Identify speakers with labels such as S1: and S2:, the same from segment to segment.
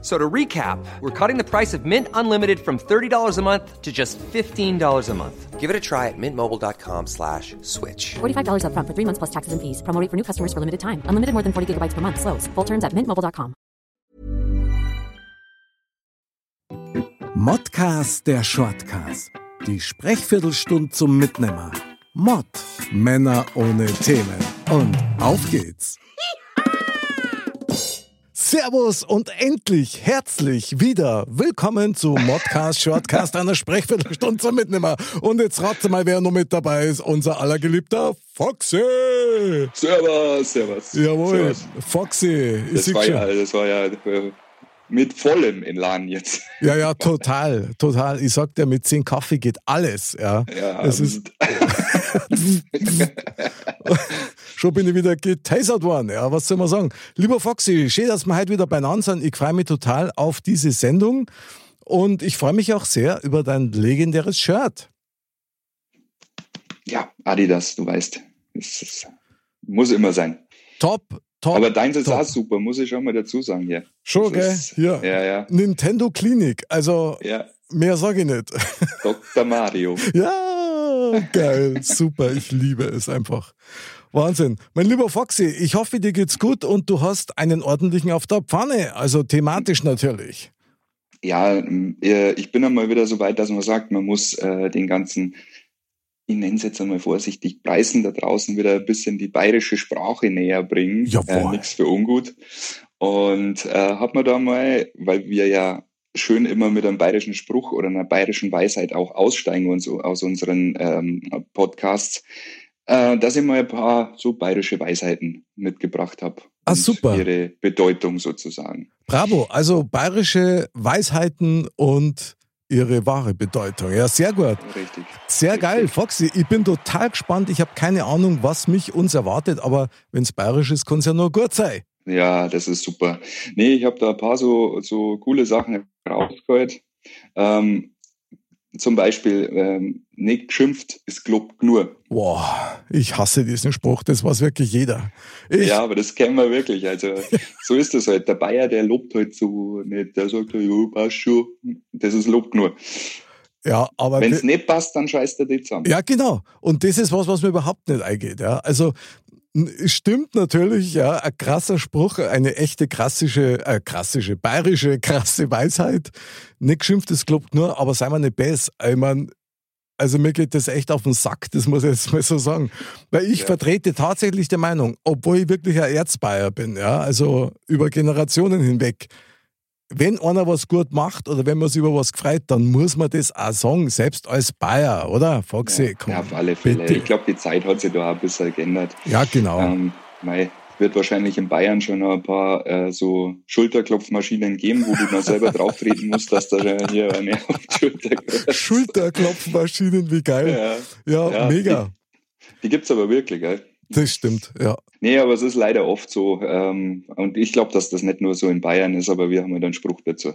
S1: So to recap, we're cutting the price of Mint Unlimited from $30 a month to just $15 a month. Give it a try at mintmobile.com slash switch.
S2: $45 upfront for three months plus taxes and fees. Promo rate for new customers for limited time. Unlimited more than 40 gigabytes per month. Slows. Full terms at mintmobile.com.
S3: Modcast der Shortcast. Die Sprechviertelstunde zum Mitnehmer. Mod. Männer ohne Themen. Und auf geht's. Servus und endlich herzlich wieder willkommen zu Modcast Shortcast einer Sprechviertelstunde zum Mitnehmer. Und jetzt ratet mal, wer noch mit dabei ist. Unser allergeliebter Foxy.
S4: Servus, servus.
S3: Jawohl,
S4: Servus.
S3: Foxy. Ich
S4: Das
S3: sehe
S4: war,
S3: schon.
S4: ja, halt- das war ja äh, mit vollem Elan jetzt.
S3: Ja, ja, total, total. Ich sag dir, mit 10 Kaffee geht alles. Ja,
S4: Ja,
S3: es ist Schon bin ich wieder getasert worden. Ja, was soll man sagen? Lieber Foxy, schön, dass wir heute wieder beieinander sind. Ich freue mich total auf diese Sendung und ich freue mich auch sehr über dein legendäres Shirt.
S4: ja, Adidas, du weißt. Es ist, muss immer sein.
S3: Top, top.
S4: Aber deins ist
S3: top.
S4: auch super, muss ich schon mal dazu sagen hier.
S3: Schon,
S4: Das
S3: gell?
S4: ist-
S3: Hier.
S4: Ja, ja.
S3: Nintendo Klinik. Also,
S4: Ja,
S3: mehr sage ich nicht.
S4: Dr. Mario.
S3: Ja, geil, super, ich liebe es einfach. Wahnsinn. Mein lieber Foxy, ich hoffe, dir geht's gut und du hast einen ordentlichen auf der Pfanne, also thematisch natürlich.
S4: Ja, ähm, äh, ich bin einmal wieder so weit, dass man sagt, man muss äh, den ganzen, ich nenne es jetzt einmal vorsichtig, Preisen da draußen wieder ein bisschen die bayerische Sprache näher bringen.
S3: Jawohl.
S4: Äh, Nichts für ungut. Und äh, hat man da mal, weil wir ja schön immer mit einem bayerischen Spruch oder einer bayerischen Weisheit auch aussteigen und so aus unseren ähm, Podcasts, äh, dass ich mal ein paar so bayerische Weisheiten mitgebracht habe.
S3: Ah,
S4: und
S3: super.
S4: Ihre Bedeutung sozusagen.
S3: Bravo, also bayerische Weisheiten und ihre wahre Bedeutung. Ja, sehr gut.
S4: Richtig.
S3: Sehr
S4: Richtig.
S3: geil, Foxy. Ich bin total gespannt. Ich habe keine Ahnung, was mich uns erwartet, aber wenn's bayerisch ist, kann's ja nur gut sein.
S4: Ja, das ist super. Nee, ich habe da ein paar so, so coole Sachen rausgehört. Ähm, zum Beispiel, ähm, nicht geschimpft ist gelobt nur.
S3: Boah, ich hasse diesen Spruch. Das weiß wirklich jeder. Ich,
S4: Ja, aber das kennen wir wirklich. Also so ist das halt. Der Bayer, der lobt halt so nicht. Der sagt, halt, ja, passt schon. Das ist lobt nur.
S3: ja aber
S4: Wenn es nicht passt, dann scheißt er dich zusammen.
S3: Ja, genau. Und das ist was, was mir überhaupt nicht eingeht. Ja. Also n- stimmt natürlich, ja, ein krasser Spruch, eine echte krassische, äh, krassische, bayerische, krasse Weisheit. Nicht geschimpft, das glaubt nur, aber sei mal nicht bess. Ich mein, also mir geht das echt auf den Sack, das muss ich jetzt mal so sagen. Weil ich
S4: Ja.
S3: vertrete tatsächlich die Meinung, obwohl ich wirklich ein Erzbayer bin, ja, also über Generationen hinweg, wenn einer was gut macht oder wenn man sich über was gefreut, dann muss man das auch sagen, selbst als Bayer, oder? Foxy,
S4: ja,
S3: komm.
S4: ja, auf alle Fälle.
S3: bitte.
S4: Ich glaube, die Zeit hat sich da auch ein bisschen geändert.
S3: Ja, genau.
S4: Ähm, mei, wird wahrscheinlich in Bayern schon noch ein paar äh, so Schulterklopfmaschinen geben, wo du mal selber drauf treten musst, dass da äh, hier eine auf die Schulter gehört.
S3: Schulterklopfmaschinen, wie geil.
S4: Ja,
S3: Ja,
S4: Ja,
S3: mega.
S4: die gibt's aber wirklich, gell?
S3: Das stimmt, ja.
S4: Nee, aber es ist leider oft so. Ähm, und ich glaube, dass das nicht nur so in Bayern ist, aber wir haben halt einen Spruch dazu.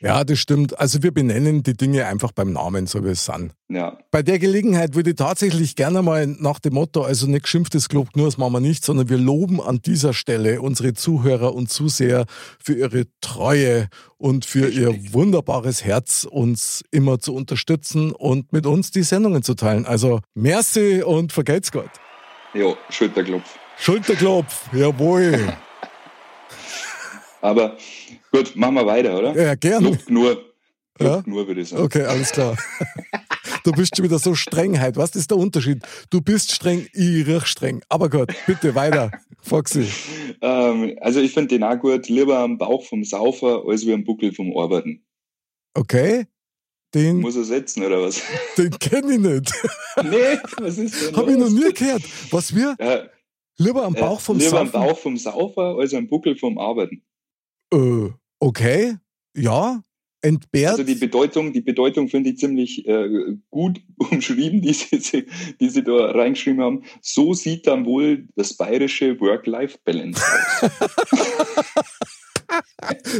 S3: Ja, das stimmt. Also wir benennen die Dinge einfach beim Namen, so wie es sind.
S4: Ja,
S3: Bei der Gelegenheit würde ich tatsächlich gerne mal nach dem Motto, also nicht geschimpftes Lob, nur das machen wir nicht, sondern wir loben an dieser Stelle unsere Zuhörer und Zuseher für ihre Treue und für ihr wunderbares Herz, uns immer zu unterstützen und mit uns die Sendungen zu teilen. Also merci und vergelt's Gott.
S4: jo, Schulterklopf.
S3: Schulterklopf, jawohl.
S4: Aber gut, machen wir weiter, oder?
S3: Ja, gern.
S4: Lobt nur.
S3: Ja.
S4: Lobt nur, würde ich sagen.
S3: Okay, alles klar. Du bist schon wieder so streng heute. Was ist der Unterschied? Du bist streng, ich riech streng. Aber gut, bitte weiter, Foxy.
S4: Ähm, also ich finde den auch gut, lieber am Bauch vom Saufer als wie am Buckel vom Arbeiten.
S3: Okay, den,
S4: Muss er setzen, oder was?
S3: den kenne ich nicht.
S4: Nee, was ist denn
S3: Habe ich noch
S4: los?
S3: nie gehört. Was wir?
S4: Ja, äh,
S3: Lieber am Bauch vom
S4: lieber
S3: Saufen.
S4: am Bauch vom Saufer als am Buckel vom Arbeiten.
S3: Äh, okay, ja, entbehrt.
S4: Also die Bedeutung, die Bedeutung finde ich ziemlich äh, gut umschrieben, die sie, die sie da reingeschrieben haben. So sieht dann wohl das bayerische Work-Life-Balance aus.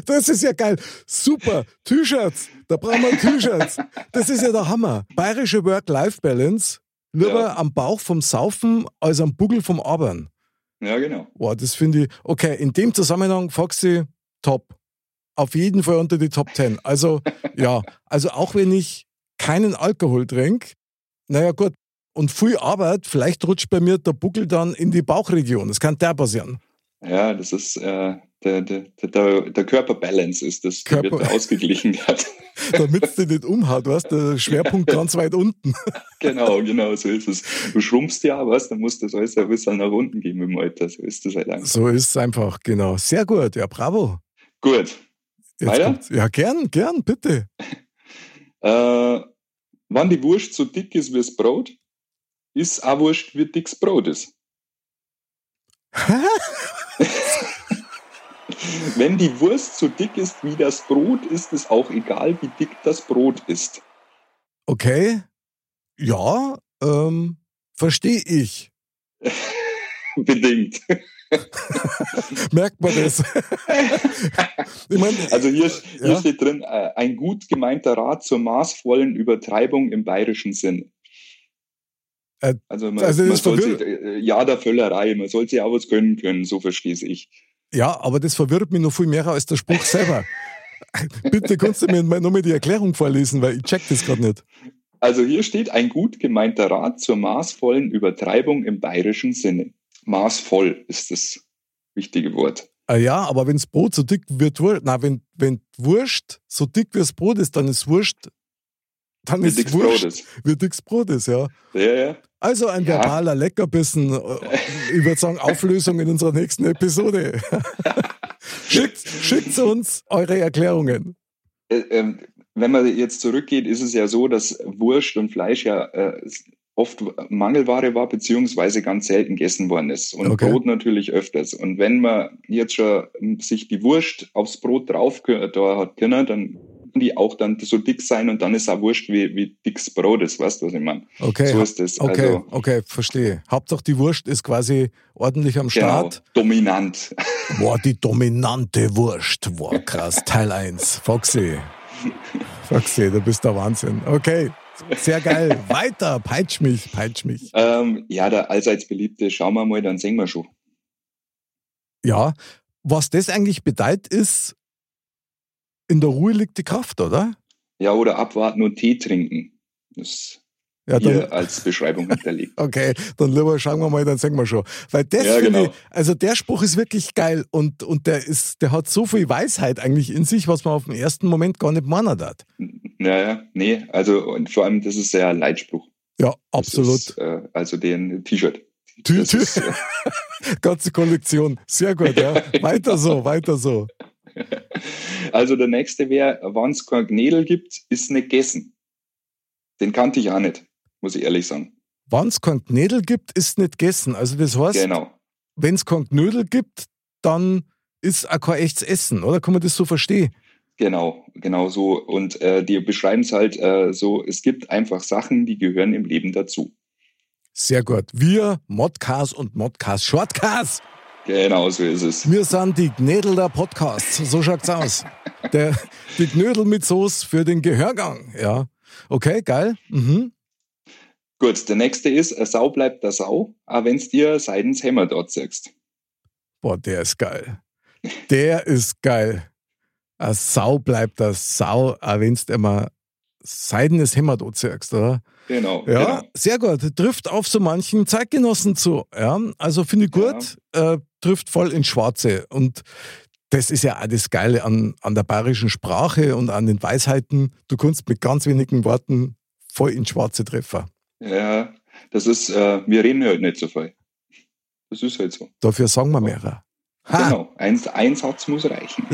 S3: Das ist ja geil. Super. T-Shirts. Da brauchen wir T-Shirts. Das ist ja der Hammer. Bayerische Work-Life-Balance. Lieber
S4: Ja.
S3: am Bauch vom Saufen als am Buckel vom Abern.
S4: Ja, genau.
S3: Boah, das finde ich. Okay, in dem Zusammenhang, Foxy, top. Auf jeden Fall unter die Top 10. Also, ja, also auch wenn ich keinen Alkohol trinke, naja, gut, und viel Arbeit, vielleicht rutscht bei mir der Buckel dann in die Bauchregion. Das kann der passieren.
S4: Ja, das ist äh, der, der, der, der Körperbalance ist das, der wird
S3: Körper-
S4: ausgeglichen.
S3: Damit es dich nicht umhaut, weißt du, der Schwerpunkt ganz weit unten.
S4: genau, genau, so ist es. Du schrumpfst ja, was, dann muss das alles ein bisschen nach unten gehen mit dem Alter. So ist das halt einfach.
S3: So ist es einfach, genau. Sehr gut, ja, bravo.
S4: Gut. Weiter?
S3: kommt's. ja, gern, gern, bitte.
S4: Äh, wann die Wurst so dick ist wie das Brot, ist auch Wurst, wie dick das Brot ist. Wenn die Wurst so dick ist wie das Brot, ist es auch egal, wie dick das Brot ist.
S3: Okay, ja, ähm, verstehe ich.
S4: Bedingt.
S3: Merkt man das? ich meine,
S4: Also hier, hier
S3: ja,
S4: steht drin, äh, ein gut gemeinter Rat zur maßvollen Übertreibung im bayerischen Sinn.
S3: Äh,
S4: Also man,
S3: also das
S4: man
S3: ist
S4: soll sich, äh, ja der Völlerei, man soll sich auch was gönnen können, so verstehe ich.
S3: ja, aber das verwirrt mich noch viel mehr als der Spruch selber. Bitte kannst du mir mal- noch mal die Erklärung vorlesen, weil ich check das gerade nicht.
S4: Also hier steht ein gut gemeinter Rat zur maßvollen Übertreibung im bayerischen Sinne. Maßvoll ist das wichtige Wort.
S3: Ah ja, aber wenn das Brot so dick wird, Wurst, nein, wenn, wenn Wurst so dick wie das Brot ist, dann ist Wurst, dann
S4: Wie
S3: ist
S4: dick's Brot
S3: Wurst,
S4: ist.
S3: wie dick das Brot ist, ja.
S4: Ja, ja.
S3: Also ein
S4: Ja.
S3: verbaler Leckerbissen, äh, ich würde sagen Auflösung in unserer nächsten Episode. schickt, schickt uns eure Erklärungen.
S4: Äh, ähm, Wenn man jetzt zurückgeht, ist es ja so, dass Wurst und Fleisch ja äh, oft Mangelware war, beziehungsweise ganz selten gegessen worden ist. Und
S3: Okay.
S4: Brot natürlich öfters. Und wenn man jetzt schon ähm, sich die Wurst aufs Brot drauf ge- da hat können, dann kann die auch dann so dick sein und dann ist auch Wurst, wie, wie dick's Brot ist. Weißt du, was ich meine?
S3: Okay,
S4: So ist es.
S3: Okay,
S4: Also,
S3: okay, verstehe. Hauptsache die Wurst ist quasi ordentlich am
S4: genau,
S3: Start.
S4: dominant.
S3: Boah, die dominante Wurst. Boah, krass. Teil 1. Foxy. Foxy, du bist der Wahnsinn. Okay, sehr geil. Weiter, peitsch mich, peitsch mich.
S4: Ähm, ja, der allseits beliebte, schauen wir mal, dann sehen wir schon.
S3: Ja, was das eigentlich bedeutet ist, in der Ruhe liegt die Kraft, oder?
S4: Ja, oder abwarten und Tee trinken. Das ist
S3: Ja, dann,
S4: hier als Beschreibung hinterlegt.
S3: Okay, dann lieber schauen wir mal, dann sagen wir schon. Weil das
S4: Ja,
S3: finde
S4: genau.
S3: ich, also der Spruch ist wirklich geil und, und der ist, der hat so viel Weisheit eigentlich in sich, was man auf den ersten Moment gar nicht meinen hat.
S4: Naja, nee, also und vor allem, das ist ja ein Leitspruch.
S3: Ja,
S4: Das Ist,
S3: absolut.
S4: äh, also den T-Shirt.
S3: Tü,
S4: Das
S3: tü.
S4: ist, äh,
S3: Ganze Kollektion. Sehr gut, ja. Weiter so, weiter so.
S4: Also der nächste wäre, wann es kein Gnädel gibt, ist nicht gegessen. Den kannte ich auch nicht, muss ich ehrlich sagen.
S3: Wann es kein Knödel gibt, ist nicht gegessen. Also das heißt,
S4: Genau.
S3: wenn es kein Knödel gibt, dann ist auch kein echtes Essen, oder? Kann man das so verstehen?
S4: Genau, genau so. Und äh, die beschreiben es halt äh, so, es gibt einfach Sachen, die gehören im Leben dazu.
S3: Sehr gut. Wir, Modcast und Modcast Shortcast.
S4: Genau so ist es.
S3: Wir sind die Gnädel der Podcasts. So schaut's aus. Der, die Knödel mit Soße für den Gehörgang. Ja. Okay, geil. Mhm.
S4: Gut, der nächste ist, eine Sau bleibt der Sau, auch wenn es dir seitens Hämmer dort sagst.
S3: Boah, der ist geil. Der ist geil. A Sau bleibt a Sau, auch wenn's immer seidenes Hämmert anziehst, oder?
S4: Genau.
S3: Ja,
S4: genau.
S3: sehr gut. Trifft auf so manchen Zeitgenossen zu. Ja, also finde ich gut. Äh, trifft voll ins Schwarze. Und das ist ja auch das Geile an, an der bayerischen Sprache und an den Weisheiten. Du kannst mit ganz wenigen Worten voll ins Schwarze treffen.
S4: Ja, das ist, äh, wir reden halt nicht so viel. Das ist halt so.
S3: Dafür sagen wir mehrere. Ha,
S4: Genau, ein, ein Satz muss reichen.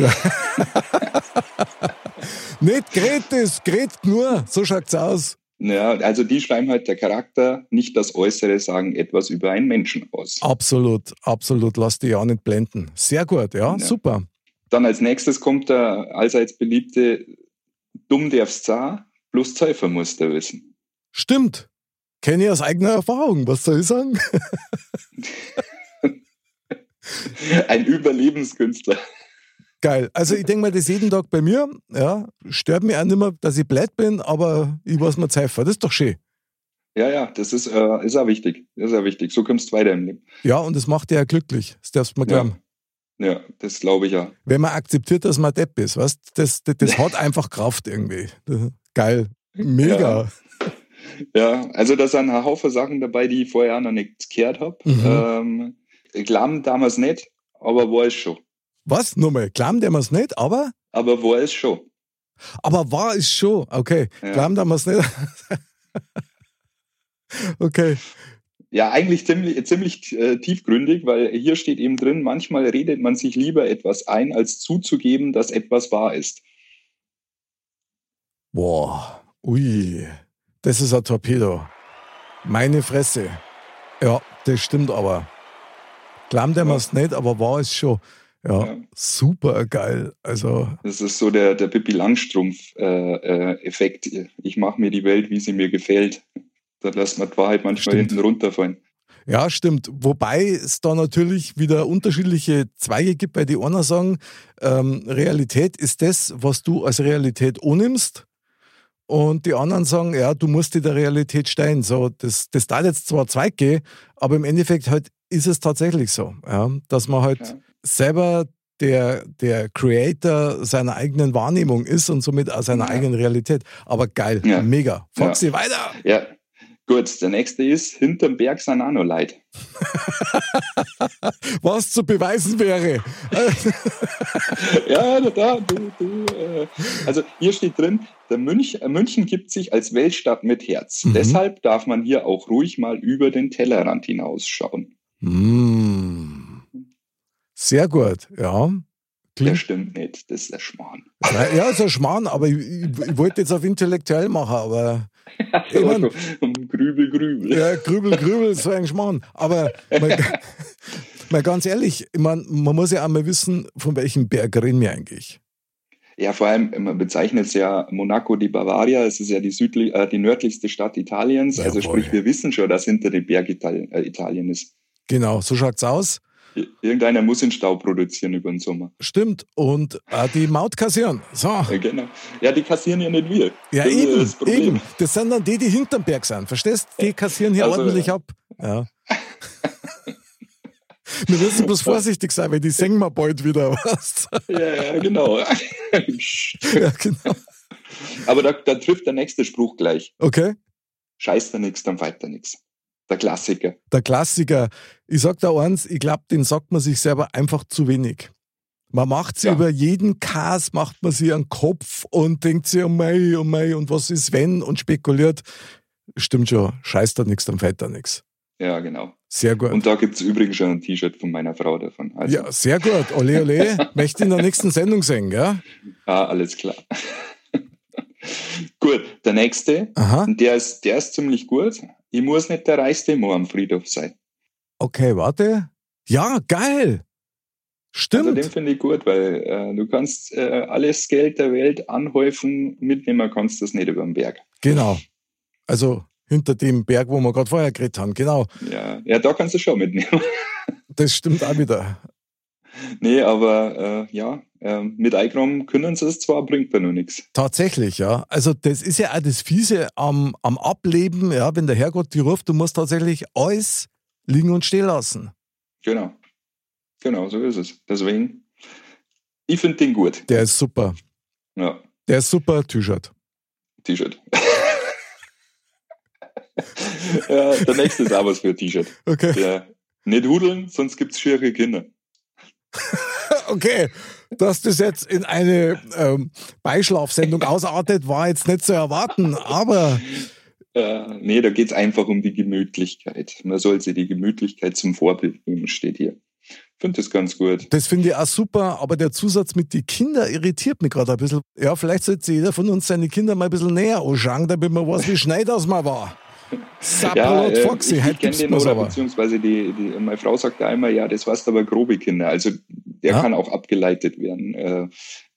S3: nicht gret es, gret nur. So schaut's aus.
S4: Ja, also die schreiben halt der Charakter, nicht das Äußere sagen etwas über einen Menschen aus.
S3: Absolut, absolut. Lass dich auch nicht blenden. Sehr gut, ja,
S4: Ja.
S3: super.
S4: Dann als nächstes kommt der allseits beliebte, dumm darfst sein, plus Zäufer musst du wissen.
S3: Stimmt. Kenne ich aus eigener Erfahrung. Was soll ich sagen?
S4: Ein Überlebenskünstler.
S3: Geil. Also ich denke mal, das jeden Tag bei mir. Ja, stört mich auch nicht mehr, dass ich blöd bin, aber ich weiß mir Zeifer. Das ist doch schön.
S4: Ja, ja, das ist, äh, ist auch wichtig. Das ist auch wichtig. So kommst du weiter im Leben.
S3: Ja, und das macht dich ja glücklich. Das darfst du mir glauben.
S4: Ja, das glaube ich ja.
S3: Wenn man akzeptiert, dass man Depp ist, weißt das, das, das hat einfach Kraft irgendwie. Das- Geil. Mega.
S4: Ja, also da sind ein Haufen Sachen dabei, die ich vorher auch noch nicht gehört habe.
S3: Mhm.
S4: Ähm, Glauben damals nicht, aber war es schon.
S3: Was? Nochmal, glauben wir es nicht, aber,
S4: Aber war es schon.
S3: aber war es schon. Okay,
S4: Ja.
S3: glauben wir es nicht. okay.
S4: Ja, eigentlich ziemlich, ziemlich äh, tiefgründig, weil hier steht eben drin, manchmal redet man sich lieber etwas ein, als zuzugeben, dass etwas wahr ist.
S3: Boah, ui, das ist ein Torpedo. Meine Fresse. Ja, das stimmt aber. Glauben wir es nicht, aber war es schon. Ja,
S4: Ja.
S3: super geil. Also,
S4: Das ist so der, der Pippi Langstrumpf-Effekt. ich mache mir die Welt, wie sie mir gefällt. Da lässt man die Wahrheit manchmal
S3: Stimmt.
S4: hinten runterfallen.
S3: Ja, stimmt. Wobei es da natürlich wieder unterschiedliche Zweige gibt, weil die einen sagen, ähm, Realität ist das, was du als Realität annimmst. Und die anderen sagen, ja, du musst dir der Realität stellen. So, das, das da jetzt zwar Zweig gehen, aber im Endeffekt halt ist es tatsächlich so, ja, dass man halt
S4: Ja.
S3: selber der, der Creator seiner eigenen Wahrnehmung ist und somit auch seiner
S4: Ja.
S3: eigenen Realität. Aber geil,
S4: Ja.
S3: mega. Foxy, weiter!
S4: Ja, gut. Der nächste ist, hinterm Berg sind auch noch Leute.
S3: Was zu beweisen wäre.
S4: Ja, da, da, du, du, äh. Also hier steht drin, der Münch, äh, München gibt sich als Weltstadt mit Herz.
S3: Mhm.
S4: Deshalb darf man hier auch ruhig mal über den Tellerrand hinausschauen.
S3: Mm. Sehr gut, ja.
S4: Der
S3: Klingt,
S4: stimmt nicht, das ist der Schmarrn.
S3: ja, so Schmarrn, aber ich, ich, ich wollte jetzt auf intellektuell machen, aber Ich mein-
S4: grübel, grübel.
S3: ja, Grübel, Grübel, so ein Schmarrn. Aber mal, mal ganz ehrlich, ich mein, man muss ja einmal wissen, von welchem Berg reden wir eigentlich.
S4: Ja, vor allem, äh, man bezeichnet es ja Monaco di Bavaria, es ist ja die, südli äh, die nördlichste Stadt Italiens. Also
S3: Jawohl.
S4: sprich, wir wissen schon, dass hinter dem Berg Italien, äh, Italien ist.
S3: Genau, so schaut's aus.
S4: Ir- Irgendeiner muss den Stau produzieren über den Sommer.
S3: Stimmt. Und äh, die Maut kassieren. So.
S4: Ja, genau. Ja, die kassieren ja nicht wir.
S3: Ja,
S4: das ist
S3: eben,
S4: das Problem.
S3: eben. Das sind dann die, die hinterm Berg sind, verstehst? Die kassieren hier
S4: Also,
S3: ordentlich
S4: ja.
S3: ab. Ja. Wir müssen bloß vorsichtig sein, weil die singen wir bald wieder, was?
S4: Ja, ja, genau.
S3: ja, genau.
S4: Aber da, da trifft der nächste Spruch gleich.
S3: Okay,
S4: Scheiß da nix, dann weiter nix. Der Klassiker.
S3: der Klassiker. Ich sag da eins, ich glaube, den sagt man sich selber einfach zu wenig. Man macht sie
S4: Ja.
S3: über jeden Kas, macht man sie an den Kopf und denkt sich, oh mei, oh mei, und was ist wenn und spekuliert. Stimmt schon, scheiß da nichts, dann fällt da nichts.
S4: Ja, genau.
S3: Sehr gut.
S4: Und da gibt's übrigens schon ein T-Shirt von meiner Frau davon. Also,
S3: Ja, sehr gut. Ole, ole. Möchte in der nächsten Sendung sehen, gell?
S4: ah, alles klar. gut, der nächste,
S3: Aha.
S4: und der ist, der ist ziemlich gut. Ich muss nicht der reichste Mo am Friedhof sein.
S3: Okay, warte. Ja, geil.
S4: Also
S3: Stimmt.
S4: den finde ich gut, weil äh, du kannst äh, alles Geld der Welt anhäufen, mitnehmen kannst du es nicht über den Berg.
S3: genau. Also hinter dem Berg, wo wir gerade vorher geredet haben. Genau.
S4: Ja, ja da kannst du schon mitnehmen.
S3: Das stimmt auch wieder.
S4: Nee, aber äh, ja, ähm, mit eingenommen können sie es zwar, bringt da nur nichts.
S3: Tatsächlich, ja. Also das ist ja auch das Fiese am, am Ableben, ja, wenn der Herrgott dir ruft, du musst tatsächlich alles liegen und stehen lassen.
S4: Genau. Genau, so ist es. Deswegen, ich finde den gut.
S3: Der ist super.
S4: Ja,
S3: Der ist super, T-Shirt.
S4: T-Shirt. ja, der nächste ist auch was für ein T-Shirt.
S3: Okay.
S4: Ja. Nicht hudeln, sonst gibt es schiere Kinder.
S3: Okay, dass das jetzt in eine ähm, Beischlafsendung ausartet, war jetzt nicht zu erwarten, aber
S4: Äh, nee, da geht es einfach um die Gemütlichkeit. Man soll sich die Gemütlichkeit zum Vorbild nehmen, steht hier. Ich finde das ganz gut.
S3: das finde ich auch super. Aber der Zusatz mit die Kinder irritiert mich gerade ein bisschen. Ja, vielleicht sollte sich jeder von uns seine Kinder mal ein bisschen näher anschauen, damit man weiß, wie schnell das mal war. Sapperlot
S4: äh,
S3: Foxy,
S4: ich,
S3: heute
S4: ich kenne
S3: gibt's
S4: den
S3: bloß
S4: oder
S3: aber.
S4: beziehungsweise die, die, meine Frau sagt da immer, ja, das warst aber grobe Kinder. Also der
S3: Ja.
S4: kann auch abgeleitet werden. Äh,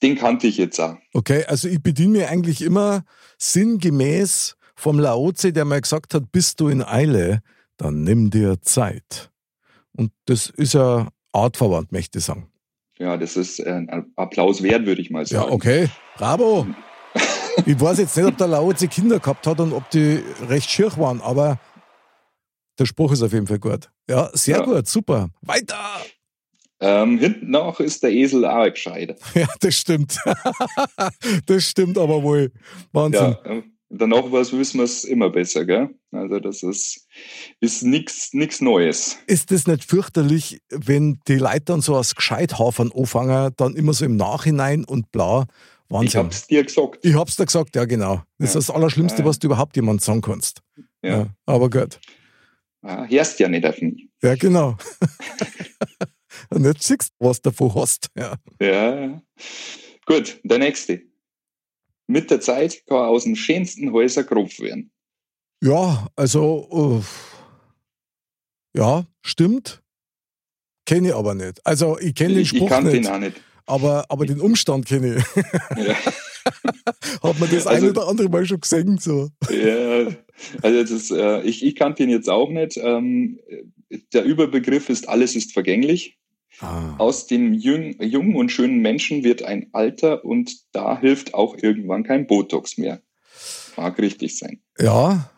S4: den kannte ich jetzt auch.
S3: Okay, also ich bediene mir eigentlich immer sinngemäß vom Laozi, der mal gesagt hat, bist du in Eile, dann nimm dir Zeit. Und das ist ja artverwandt, möchte ich sagen.
S4: ja, das ist äh, ein Applaus wert, würde ich mal
S3: Ja,
S4: sagen.
S3: okay. Bravo. Ich weiß jetzt nicht, ob der Laozi Kinder gehabt hat und ob die recht schier waren, aber der Spruch ist auf jeden Fall gut. Ja, sehr
S4: Ja.
S3: gut, super. Weiter!
S4: Ähm, hinten noch ist der Esel auch ein gescheiter.
S3: Ja, das stimmt. Das stimmt aber wohl. Wahnsinn.
S4: Ja, ähm, danach was wissen wir es immer besser, gell? Also das ist, ist nichts nix Neues.
S3: Ist das nicht fürchterlich, wenn die Leute dann so als Gescheithafern anfangen, dann immer so im Nachhinein und bla?
S4: Ich
S3: Wahnsinn.
S4: hab's dir gesagt.
S3: Ich hab's dir gesagt, ja genau. Das
S4: Ja.
S3: ist das Allerschlimmste,
S4: Ja.
S3: was du überhaupt jemandem sagen kannst.
S4: Ja.
S3: Ja, aber gut.
S4: Ah, hörst ja nicht auf mich.
S3: Ja, genau. Und jetzt siehst du, was du davon hast. Ja.
S4: Ja. ja. Gut, der nächste. Mit der Zeit kann aus dem schönsten Häuser grob werden.
S3: ja, also, uff. ja, stimmt. Kenne ich aber nicht. Also, ich kenne den
S4: ich ich
S3: Spruch
S4: kann den
S3: nicht,
S4: auch nicht.
S3: aber, aber den Umstand kenne ich.
S4: Ja.
S3: Hat man das
S4: Also-
S3: ein oder andere Mal schon gesehen. So.
S4: Ja, also das ist, äh, ich, ich kannte ihn jetzt auch nicht. Ähm, der Überbegriff ist alles ist vergänglich.
S3: Ah.
S4: Aus dem jüng, jungen und schönen Menschen wird ein Alter und da hilft auch irgendwann kein Botox mehr. Mag richtig sein.
S3: Ja,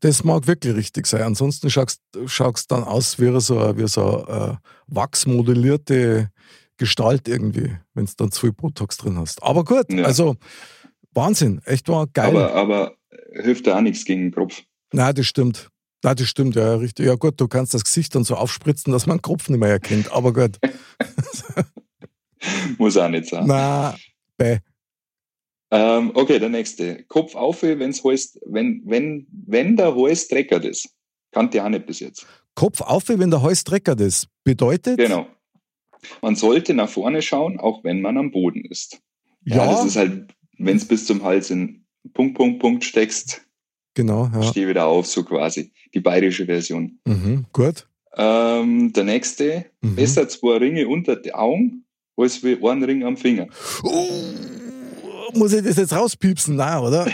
S3: das mag wirklich richtig sein. Ansonsten schaust schaust dann aus wie so eine, wie so eine äh, wachsmodellierte Gestalt irgendwie, wenn es dann zu viel Botox drin hast. Aber gut,
S4: Ja.
S3: also Wahnsinn, echt war geil.
S4: Aber, aber hilft da auch nichts gegen den Kropf.
S3: Nein, das stimmt. Nein, das stimmt, ja, richtig. Ja gut, du kannst das Gesicht dann so aufspritzen, dass man den Kopf nicht mehr erkennt. Aber gut,
S4: Muss auch nicht sein.
S3: na, bäh.
S4: Ähm, okay, der nächste. Kopf auf, wenn's heißt, wenn, wenn, wenn der Hals dreckert ist. Kannte ich auch nicht bis jetzt.
S3: Kopf auf, wie wenn der Hals dreckert ist. Bedeutet,
S4: Genau. Man sollte nach vorne schauen, auch wenn man am Boden ist. Ja, das ist halt, wenn es bis zum Hals in Punkt, Punkt, Punkt steckst,
S3: genau, ja.
S4: steh wieder auf, so quasi. Die bayerische Version.
S3: Mhm, gut.
S4: Ähm, der nächste,
S3: Mhm.
S4: besser zwei Ringe unter die Augen, als wie ein Ring am Finger.
S3: Uh, muss ich das jetzt rauspiepsen? Nein, oder?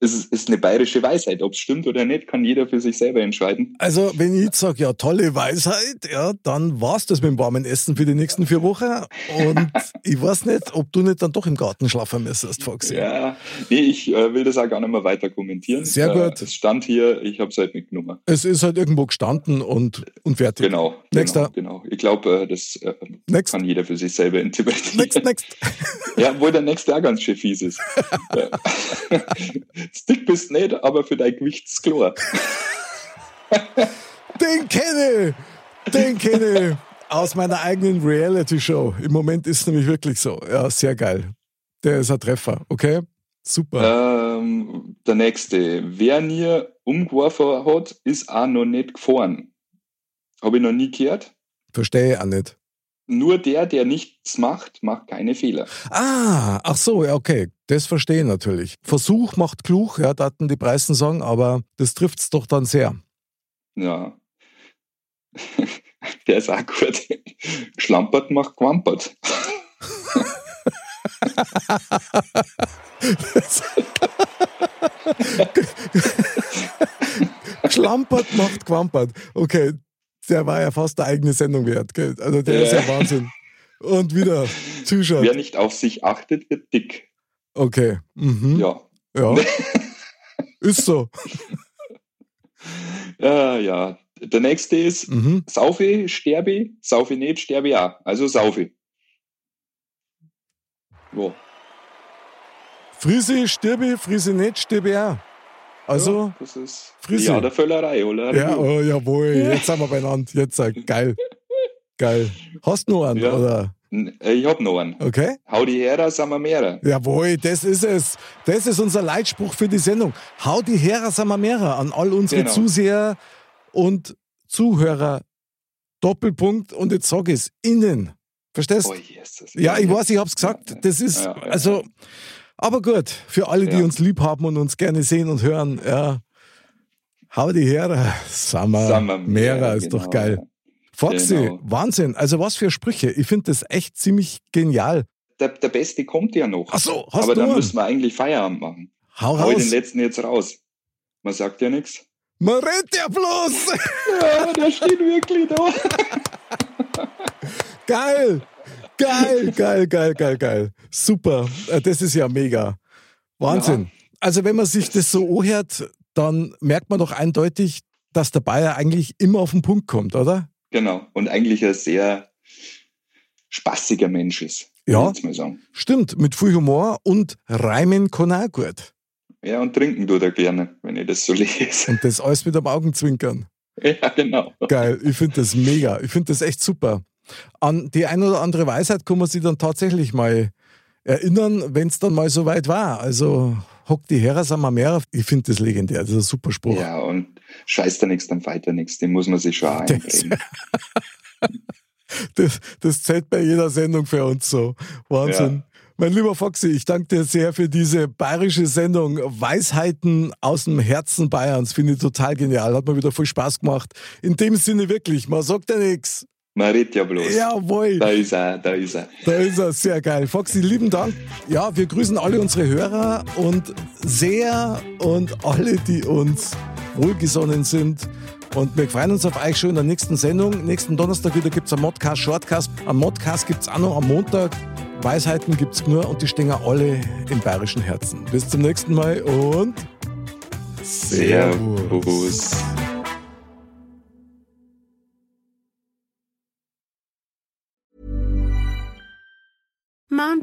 S4: Es ist, ist eine bayerische Weisheit. Ob es stimmt oder nicht, kann jeder für sich selber entscheiden.
S3: Also, wenn ich jetzt sage, ja, tolle Weisheit, ja, dann war's das mit dem warmen Essen für die nächsten vier Wochen. Und ich weiß nicht, ob du nicht dann doch im Garten schlafen müsstest, Foxy.
S4: Ja, nee, ich äh, will das auch gar nicht mehr weiter kommentieren.
S3: Sehr gut.
S4: Äh, es stand hier, ich habe es halt mitgenommen.
S3: Es ist halt irgendwo gestanden und, und fertig.
S4: Genau.
S3: Nächster.
S4: Genau. genau. Ich glaube, äh, das äh,
S3: Next,
S4: kann jeder für sich selber interpretieren.
S3: next, next.
S4: Ja, obwohl der nächste auch ganz schön fies ist. Ja. Stick bist nicht, aber für dein Gewicht ist klar.
S3: Den kenne ich! Den kenne ich! Aus meiner eigenen Reality-Show. Im Moment ist es nämlich wirklich so. Ja, sehr geil. Der ist ein Treffer, okay? Super.
S4: Ähm, der nächste. Wer nie umgeworfen hat, ist auch noch nicht gefahren. Habe ich noch nie gehört.
S3: Verstehe ich auch nicht.
S4: Nur der, der nichts macht, macht keine Fehler.
S3: Ah, ach so, ja, okay. Das verstehe ich natürlich. Versuch macht klug, ja, da hatten die Preisen sagen, aber das trifft's doch dann sehr.
S4: Ja. Der ist auch gut. Schlampert macht Quampert.
S3: Schlampert macht Quampert. Okay, der war ja fast eine eigene Sendung wert, gell? Also der ist ja
S4: Ja.
S3: Wahnsinn. Und wieder
S4: Wer
S3: T-Shirt.
S4: nicht auf sich achtet, wird dick.
S3: Okay. Mhm.
S4: Ja.
S3: Ja. Ist so.
S4: Äh, ja. Der nächste ist,
S3: Mhm.
S4: Saufe, sterbe, saufe nicht, sterbe ja. Also saufe. Ja,
S3: Frisi, stirbi, Frisi nicht, stirbi auch. Also,
S4: ja, das ist
S3: Frissi.
S4: ja der Völlerei, oder?
S3: ja, oh, jawohl, jetzt sind wir beieinander. Jetzt, äh, geil. Geil. Hast du noch einen,
S4: Ja.
S3: oder?
S4: N- äh, Ich hab noch einen.
S3: Okay.
S4: Hau die her, da sind wir mehrere.
S3: Jawohl, das ist es. Das ist unser Leitspruch für die Sendung. Hau die Hera Samamera an all unsere
S4: Genau.
S3: Zuseher und Zuhörer. Doppelpunkt und jetzt sag ich's, innen. Verstehst?
S4: Oh, Jesus.
S3: ja, ich weiß, ich hab's gesagt. Das ist,
S4: Ja, ja.
S3: also, aber gut, für alle, die
S4: Ja.
S3: uns lieb haben und uns gerne sehen und hören, ja. Hau die Hera Samamera ist doch geil. Foxy,
S4: Genau.
S3: Wahnsinn. Also was für Sprüche. Ich finde das echt ziemlich genial.
S4: Der, der Beste kommt ja noch.
S3: Ach so, hast
S4: Aber
S3: du
S4: dann
S3: einen?
S4: müssen wir eigentlich Feierabend machen.
S3: Hau
S4: Hau den
S3: raus.
S4: letzten jetzt raus. Man sagt ja nichts.
S3: Man redet ja bloß.
S4: Ja, der steht wirklich da.
S3: Geil! Geil, geil, geil, geil, geil. Super. Äh, Das ist ja mega. Wahnsinn. Also, wenn man sich das so anhört, dann merkt man doch eindeutig, dass der Bayer eigentlich immer auf den Punkt kommt, oder?
S4: Genau. Und eigentlich ein sehr spaßiger Mensch ist.
S3: Ja.
S4: würd ich Jetzt mal sagen.
S3: Stimmt, mit viel Humor und Reimen kann er auch gut.
S4: Ja, und trinken tut er gerne, wenn ich das so lese.
S3: Und das alles mit dem Augenzwinkern.
S4: ja, genau.
S3: Geil, ich finde das mega. Ich finde das echt super. An die ein oder andere Weisheit kann man sich dann tatsächlich mal erinnern, wenn es dann mal so weit war. Also, hock die Hera, sind wir mehr. Ich finde das legendär. Das ist ein super Spruch.
S4: Ja, und scheiß da nichts, dann feit da nichts. Den muss man sich schon auch einreden.
S3: Das, das zählt bei jeder Sendung für uns so. Wahnsinn.
S4: Ja.
S3: Mein lieber Foxy, ich danke dir sehr für diese bayerische Sendung. Weisheiten aus dem Herzen Bayerns finde ich total genial. Hat mir wieder viel Spaß gemacht. In dem Sinne wirklich, man sagt ja nichts.
S4: Man redet ja bloß.
S3: Jawohl.
S4: Da ist er, da ist er.
S3: Da ist er, sehr geil. Foxy, lieben Dank. Ja, wir grüßen alle unsere Hörer und Seher und alle, die uns wohlgesonnen sind. Und wir freuen uns auf euch schon in der nächsten Sendung. Nächsten Donnerstag wieder gibt's einen Modcast, Shortcast. Am Modcast gibt's auch noch am Montag. Weisheiten gibt's nur und die stehen auch alle im bayerischen Herzen. Bis zum nächsten Mal und
S4: Servus.
S5: Mom